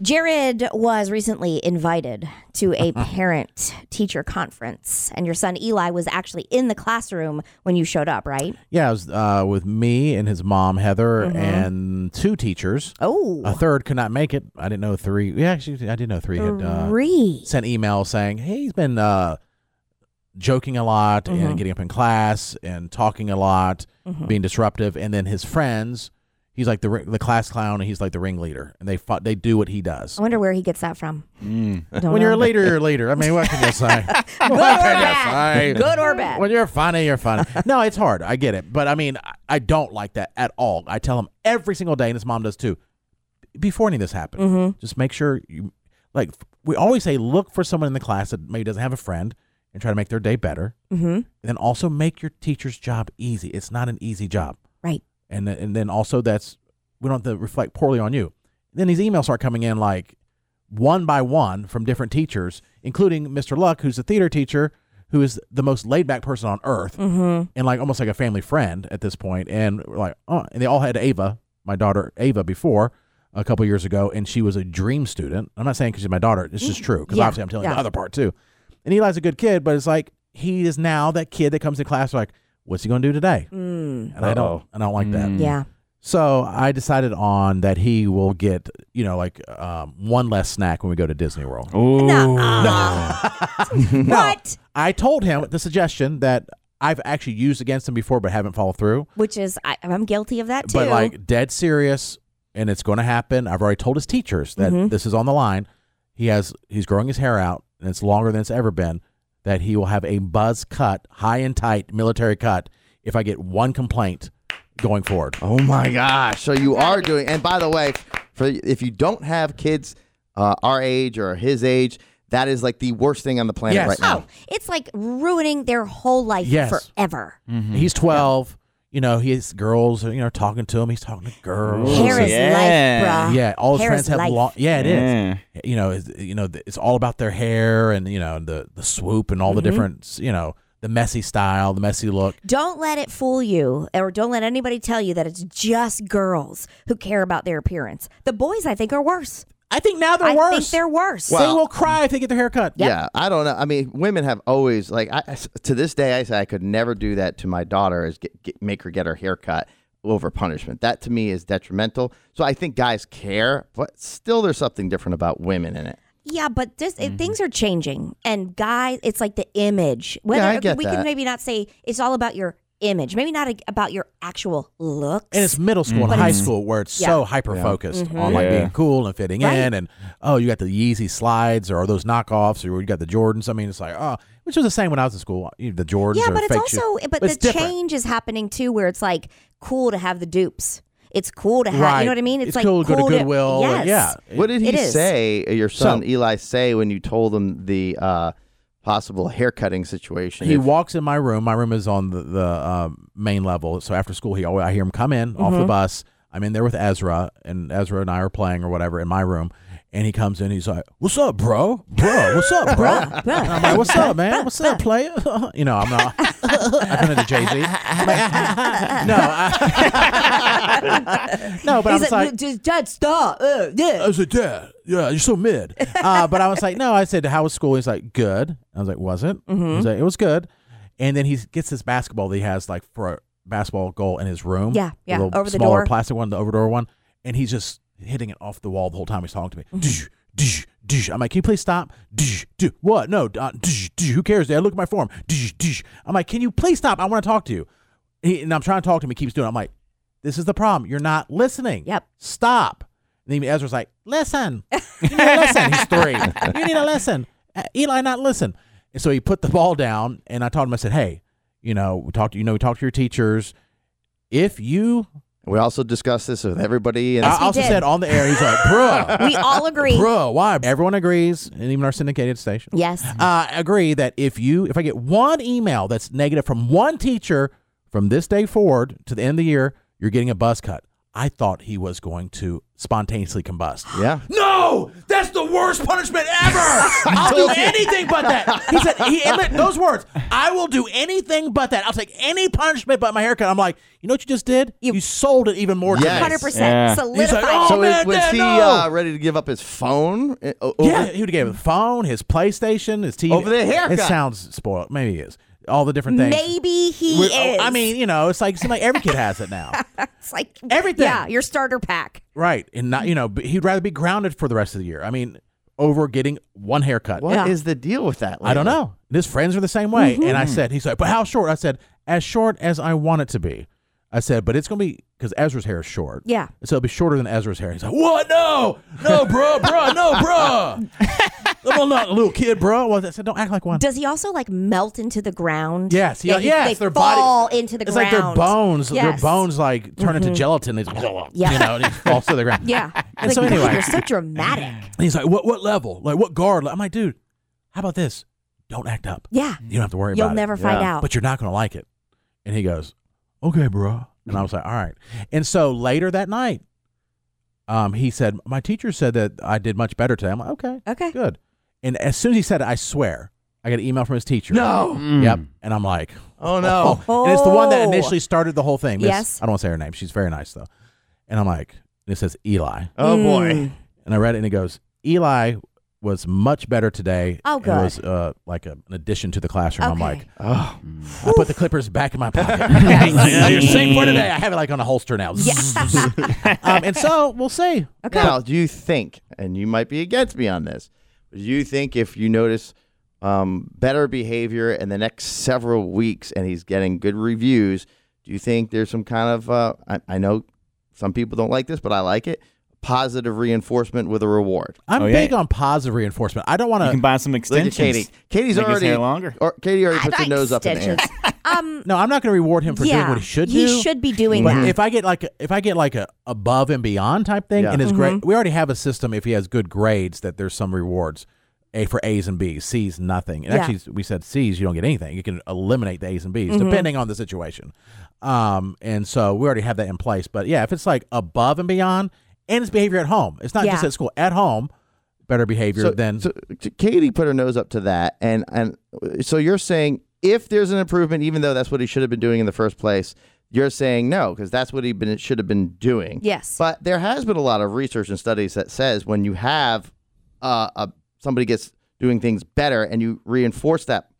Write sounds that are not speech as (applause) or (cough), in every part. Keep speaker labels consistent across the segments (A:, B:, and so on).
A: Jared was recently invited to a
B: Uh-huh.
A: parent teacher conference, and your son Eli was actually in the classroom when you showed up, right?
B: Yeah, it was uh, with me and his mom Heather and two teachers.
A: Oh.
B: a third could not make it. I didn't know three. Yeah, actually, I did know three had uh,
A: Three.
B: sent email saying, "Hey, he's been uh, joking a lot and getting up in class and talking a lot, being disruptive." And then his friends, he's like the ri- the class clown, and he's like the ringleader, and they fu- they do what he does.
A: I wonder where he gets that from.
B: When you're a leader, you're a leader. I mean, what
A: (laughs)
B: can you say?
A: Good or bad. Good or bad.
B: when you're funny, you're funny. No, it's hard. I get it. But I mean, I, I don't like that at all. I tell him every single day, and his mom does too. Before any of this happened,
A: Mm-hmm.
B: just make sure you, like, we always say, look for someone in the class that maybe doesn't have a friend and try to make their day better. Mm-hmm. And then also make your teacher's job easy. It's not an easy job.
A: Right.
B: And, th- and then also, that's, we don't have to reflect poorly on you. Then these emails start coming in like, one by one from different teachers, including Mr. Luck, who's a theater teacher, who is the most laid back person on earth
A: Mm. Mm-hmm.
B: and like almost like a family friend at this point. And we're like, oh, and they all had Ava, my daughter Ava, before a couple years ago, and she was a dream student. I'm not saying because she's my daughter, it's just true because
A: Mm. Yeah,
B: obviously I'm telling
A: yeah.
B: the other part too. And Eli's a good kid, but it's like he is now that kid that comes to class like, what's he going to do today? And I don't, I don't like that.
A: Mm. Yeah.
B: So I decided on that he will get, you know, like um, one less snack when we go to Disney World.
A: Mm-hmm. What?
B: I told him the suggestion that I've actually used against him before, but haven't followed through.
A: Which is, I, I'm guilty of that too.
B: But like dead serious, and it's going to happen. I've already told his teachers that this is on the line. He has he's growing his hair out, and it's longer than it's ever been. That he will have a buzz cut, high and tight military cut. If I get one complaint going forward,
C: Oh my gosh! So you are doing. And by the way, for if you don't have kids uh, our age or his age, that is like the worst thing on the planet
B: Yes.
C: right now.
A: it's like ruining their whole life
B: Yes.
A: forever.
D: Mm-hmm.
B: he's twelve. You know, his girls are you know talking to him. He's talking to girls.
A: Hair is
D: Yeah.
A: life, bruh.
B: Yeah, all his
A: Hair
B: friends
A: is
B: have
A: life.
B: long. Yeah, it is.
D: Yeah.
B: You know, it's, you know, it's all about their hair and you know the the swoop and all
A: Mm-hmm.
B: the different you know the messy style, the messy look.
A: Don't let it fool you, or don't let anybody tell you that it's just girls who care about their appearance. The boys, I think, are worse.
B: I think now they're
A: I
B: worse.
A: think they're worse.
B: they will cry if they get their hair cut.
C: Yeah, I don't know. I mean, women have always like I, I- to this day. I say I could never do that to my daughter is get, get, make her get her hair cut over punishment. That to me is detrimental. So I think guys care, but still there's something different about women in it.
A: Yeah, but this it, things are changing, and guys, it's like the image. Whether
C: I get
A: we
C: that.
A: can maybe not say it's all about your image, maybe not a, about your actual looks.
B: And it's middle school and high school where it's
A: Mm-hmm. Yeah. Mm-hmm.
B: so hyper focused on like
D: Yeah.
B: being cool and fitting
A: Right.
B: in, and oh, you got the Yeezy slides or those knockoffs, or you got the Jordans. I mean, it's like oh, which was the same when I was in school. You know, The Jordans,
A: yeah,
B: or
A: but it's
B: fake shoes.
A: also but,
B: it's
A: the
B: different.
A: change is happening too, where it's like cool to have the dupes. It's cool to have,
B: right?
A: you know what I mean?
B: It's, cool to go to Goodwill.
A: yes.
B: Yeah,
C: What did he
A: It is.
C: say? Your son
B: So-
C: Eli say when you told him the uh, possible haircutting situation?
B: He
C: If-
B: walks in my room. My room is on the, the uh, main level. So after school, he always, I hear him come in off the bus. I'm in there with Ezra, and Ezra and I are playing or whatever in my room. And he comes in. He's like, "What's up, bro? Bro, what's up, bro?" And I'm like, "What's up, man? What's up, player?" (laughs) you know, I'm not. I turn into Jay Z.
A: (laughs)
B: no, (laughs) I-
A: (laughs)
B: (laughs) no, but
A: He's
B: I'm just
A: like,
B: like,
A: "Just- Dad, stop. Uh, yeah.
B: I was like, Dad, yeah, you're so
A: (laughs)
B: mid. Uh, but I was like, no, I said, how was school? He's like, good. I was like, was it?
A: Mm-hmm.
B: He's like, it was good. And then he gets this basketball that he has like for a basketball goal in his room.
A: Yeah,
B: The
A: yeah,
B: little
A: over the
B: smaller
A: door.
B: plastic one, the over door one. And he's just hitting it off the wall the whole time he's talking to me.
A: Mm-hmm.
B: Dsh, dsh, dsh. I'm like, can you please stop? Dsh, dsh. What? No. uh, dsh, dsh. Who cares? Dad, look at my form. Dsh, dsh. I'm like, can you please stop? I want to talk to you. He, and I'm trying to talk to him. He keeps doing it. I'm like, this is the problem. You're not listening.
A: Yep.
B: Stop. And then Ezra's like, listen. You need a lesson. He's three. You need a lesson. Uh, Eli, not listen. And so he put the ball down, and I told him, I said, hey, you know, we talked. You know, we talked to your teachers. If you
C: We also discussed this with everybody. And
B: I also
A: did.
B: said on the air, he's like,
A: (laughs)
B: bruh,
A: We
B: (laughs)
A: all agree.
B: bruh, why? Everyone agrees, and even our syndicated station.
A: Yes.
B: uh, agree that if you if I get one email that's negative from one teacher from this day forward to the end of the year, you're getting a buzz cut. I thought he was going to spontaneously (gasps) combust.
C: Yeah.
B: No, that's the worst punishment (laughs) ever. I'll do anything but that. He said he and look, those words. I will do anything but that. I'll take any punishment but my haircut. I'm like, you know what you just did? You, sold it even more. to me.
C: Yes.
A: Hundred
D: Yeah.
A: percent
B: He's
A: solidified.
B: like, oh
C: so
B: man,
C: is, was
B: Dad,
C: he
B: no.
C: uh, ready to give up his phone? uh, o- over-
B: Yeah, he would have gave him the phone, his PlayStation, his TV.
C: Over the haircut.
B: It sounds spoiled. Maybe he is. All the different things.
A: Maybe he
B: We're-
A: is.
B: oh, I mean, you know, it's like, it's like every kid has it
A: (laughs)
B: now.
A: it's like
B: everything.
A: Yeah, your starter pack.
B: right. And not, you know, but he'd rather be grounded for the rest of the year. I mean, over getting one haircut.
C: What
A: Yeah.
C: is the deal with that?
B: I don't
C: lately?
B: know. And his friends are the same way. And
A: Mm-hmm.
B: I said, he's like, but how short? I said, as short as I want it to be. I said, but it's going to be because Ezra's hair is short.
A: Yeah.
B: So it'll be shorter than Ezra's hair. He's like, what? No, no, bruh, bruh, no, bruh.
A: (laughs)
B: I'm not a little kid, bruh. Well, I said, don't act like one.
A: Does he also like melt into the ground?
B: Yes,
A: yeah,
B: yeah,
A: he-
B: yes,
A: They
B: their body-
A: fall into the
B: it's
A: ground.
B: like their bones. Their
A: Yes. Mm-hmm.
B: bones like turn into gelatin. They,
A: Yeah.
B: (laughs) You know, and it falls to the
A: (laughs)
B: ground.
A: Yeah.
B: (laughs) And
A: It's
B: so
A: like, God,
B: anyway,
A: you're so dramatic.
B: (laughs) and he's like, "What? What level? Like what guard?" I'm like, "Dude, how about this? Don't act up.
A: Yeah.
B: You don't have to worry
A: You'll
B: about
A: never
B: it.
A: find
C: Yeah.
A: out.
B: But you're not gonna like it." And he goes, "Okay, bro." And I was like, "All right." And so later that night, um, he said, "My teacher said that I did much better today." I'm like, "Okay,
A: okay.
B: good." And as soon as he said it, I swear, I got an email from his teacher.
C: No.
D: Mm.
B: Yep. And I'm like,
C: Oh no.
B: Oh. And it's the one that
A: Oh.
B: initially started the whole thing. Miss-
A: Yes.
B: I don't want to say her name. She's very nice, though. And I'm like, and it says Eli.
C: Oh boy.
A: Mm.
B: And I read it and it goes, Eli was much better today.
A: Oh,
B: And
A: good.
B: it was uh, like a, an addition to the classroom. I'm
A: Okay.
B: like,
C: Oh.
B: I put the clippers back in my pocket. (laughs) Like, You're safe for today. I have it like on a holster now. (laughs) um, and so we'll see.
C: Now, do you think, and you might be against me on this, but do you think if you notice um, better behavior in the next several weeks and he's getting good reviews, do you think there's some kind of, uh, I, I know some people don't like this, but I like it, positive reinforcement with a reward?
B: I'm
D: Oh, yeah.
B: big on positive reinforcement. I don't want
D: You
B: to.
D: can buy some
C: Look
D: extensions.
C: at Katie. Katie's
D: Make his
C: already
D: hair longer.
C: Or, Katie already
A: I
C: puts her
A: like
C: nose up in the air.
A: stitches. um,
B: No, I'm not going to reward him for
A: yeah,
B: doing what he should do.
A: He should be doing
B: But
C: Mm-hmm.
A: that.
B: if I get like a, if I get like a above and beyond type thing,
C: Yeah.
B: and his
A: Mm-hmm.
B: grade, we already have a system. If he has good grades, that there's some rewards, A for A's and B's, C's nothing. And
A: Yeah.
B: actually, we said C's you don't get anything. You can eliminate the A's and B's
A: Mm-hmm.
B: depending on the situation. Um, and so we already have that in place. But yeah, if it's like above and beyond, and his behavior at home, it's not just
A: Yeah.
B: at school. At home, better behavior than
C: so, so Katie put her nose up to that, and and so you're saying if there's an improvement, even though that's what he should have been doing in the first place, you're saying no because that's what he been should have been doing.
A: Yes.
C: But there has been a lot of research and studies that says when you have uh, a somebody gets doing things better and you reinforce that,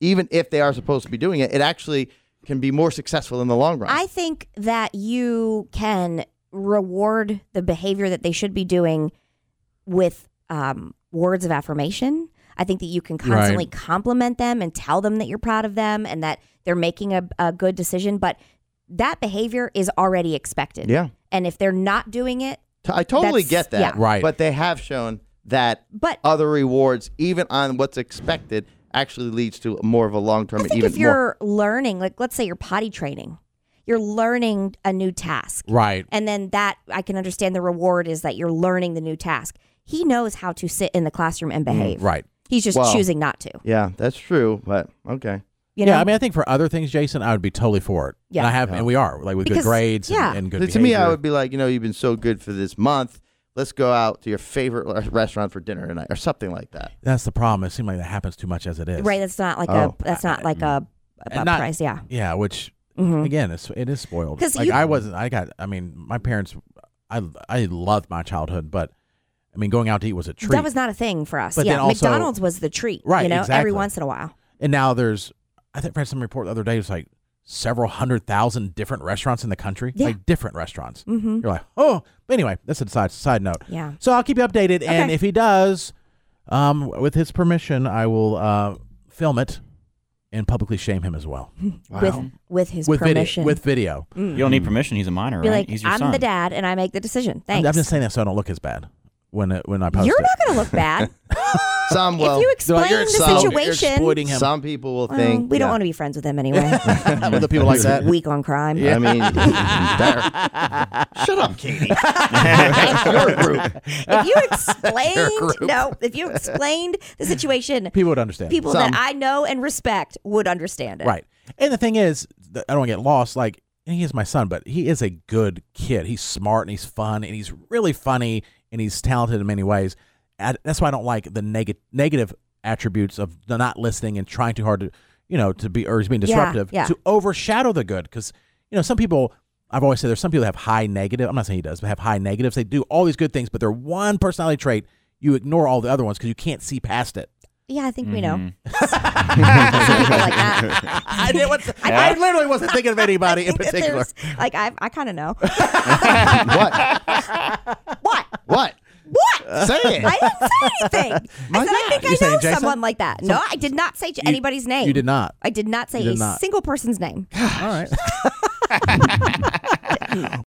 C: even if they are supposed to be doing it, it actually can be more successful in the long run.
A: I think that you can reward the behavior that they should be doing with um, words of affirmation. I think that you can constantly compliment them and tell them that you're proud of them and that they're making a, a good decision. But that behavior is already expected.
C: Yeah.
A: And if they're not doing it,
C: T- I totally
A: That's-
C: get that.
A: yeah.
B: Right.
C: But they have shown that
A: But-
C: other rewards, even on what's expected, actually leads to more of a long term
A: I think
C: even
A: if
C: more.
A: you're learning, like let's say you're potty training, you're learning a new task.
B: right.
A: And then that I can understand the reward is that you're learning the new task. He knows how to sit in the classroom and behave.
B: Mm, Right.
A: He's just
C: Well-
A: choosing not to.
C: Yeah, that's true. But okay.
A: You know?
B: yeah, I mean, I think for other things, Jason, I would be totally for it.
A: Yeah.
B: and I have, and we are like with
A: Because-
B: good grades and-
A: yeah.
B: and, good.
C: To me, I
B: behavior.
C: would be like, you know, you've been so good for this month. Let's go out to your favorite r- restaurant for dinner tonight, or something like that.
B: That's the problem. It seems like that happens too much as it is.
A: Right. That's not like
C: Oh.
A: a that's not like a, a
B: And not-
A: price. Yeah.
B: Yeah, which
A: Mhm.
B: again, it's, it is spoiled.
A: 'Cause
B: Like
A: you-
B: I wasn't. I got. I mean, my parents. I I loved my childhood, but I mean, going out to eat was a treat.
A: That was not a thing for us.
B: But
A: yeah.
B: then also-
A: McDonald's was the treat.
B: Right,
A: You know, every
B: exactly.
A: once in a while.
B: and now there's. I think I read some report the other day. It was like several hundred thousand different restaurants in the country.
A: Yeah.
B: Like different restaurants.
A: hmm
B: You're like, oh. But anyway, that's a side side note.
A: Yeah.
B: So I'll keep you updated, and
A: Okay.
B: if he does, um, with his permission, I will uh film it and publicly shame him as well
A: With with his
B: with
A: permission.
B: video. With video.
D: You don't need permission. He's a minor,
A: be
D: right?
A: like,
D: He's your
A: I'm
D: son.
A: the dad and I make the decision.
B: I'm-
A: Thanks.
B: I'm, just saying that so I don't look as bad when it, when I post
A: You're
B: it. (laughs)
A: not gonna look bad.
C: Some will.
A: if you explain
B: you're
A: the
C: exploiting-
B: exploiting, you're
A: situation,
B: exploiting him.
C: Some people will
A: well,
C: think
A: we don't
C: yeah. (laughs)
A: want to be friends with them anyway.
B: with the people (laughs) like that.
A: Weak on crime.
B: (laughs)
C: I mean, (laughs) they're- shut up, (laughs) Katie. That's your group.
A: If
B: (laughs)
A: you explained,
C: group.
A: no, if you explained the situation,
B: People would understand.
A: people
C: Some-
A: that I know and respect would understand it.
B: Right. And the thing is, th- I don't want to get lost. Like, and he is my son, but he is a good kid. He's smart and he's fun and he's really funny and he's talented in many ways. I, that's why I don't like the neg- negative attributes of the not listening and trying too hard to, you know, to be, or he's being
A: Yeah,
B: disruptive
A: yeah.
B: to overshadow the good. Because, you know, some people, I've always said there's some people that have high negative. I'm not saying he does, but have high negatives. They do all these good things, but they're one personality trait. You ignore all the other ones because you can't see past it.
A: Yeah, I think we know. (laughs)
B: Mm-hmm.
A: Some people like that.
B: I, didn't want to- I literally wasn't thinking of anybody (laughs) in
A: Think that
B: particular.
A: there's- Like I, I kind of
B: (laughs)
A: know.
C: What?
A: what?
C: What?
A: What?
C: Say
A: I
C: it.
A: didn't say
B: (laughs)
A: anything. I
B: My
A: said I
B: God.
A: think
B: You're
A: I know
B: saying Jason?
A: someone like that. No, I did not say j- anybody's name.
B: You did
A: (laughs)
B: not.
A: I did not say
B: You did
A: a
B: not.
A: single person's name.
B: All right.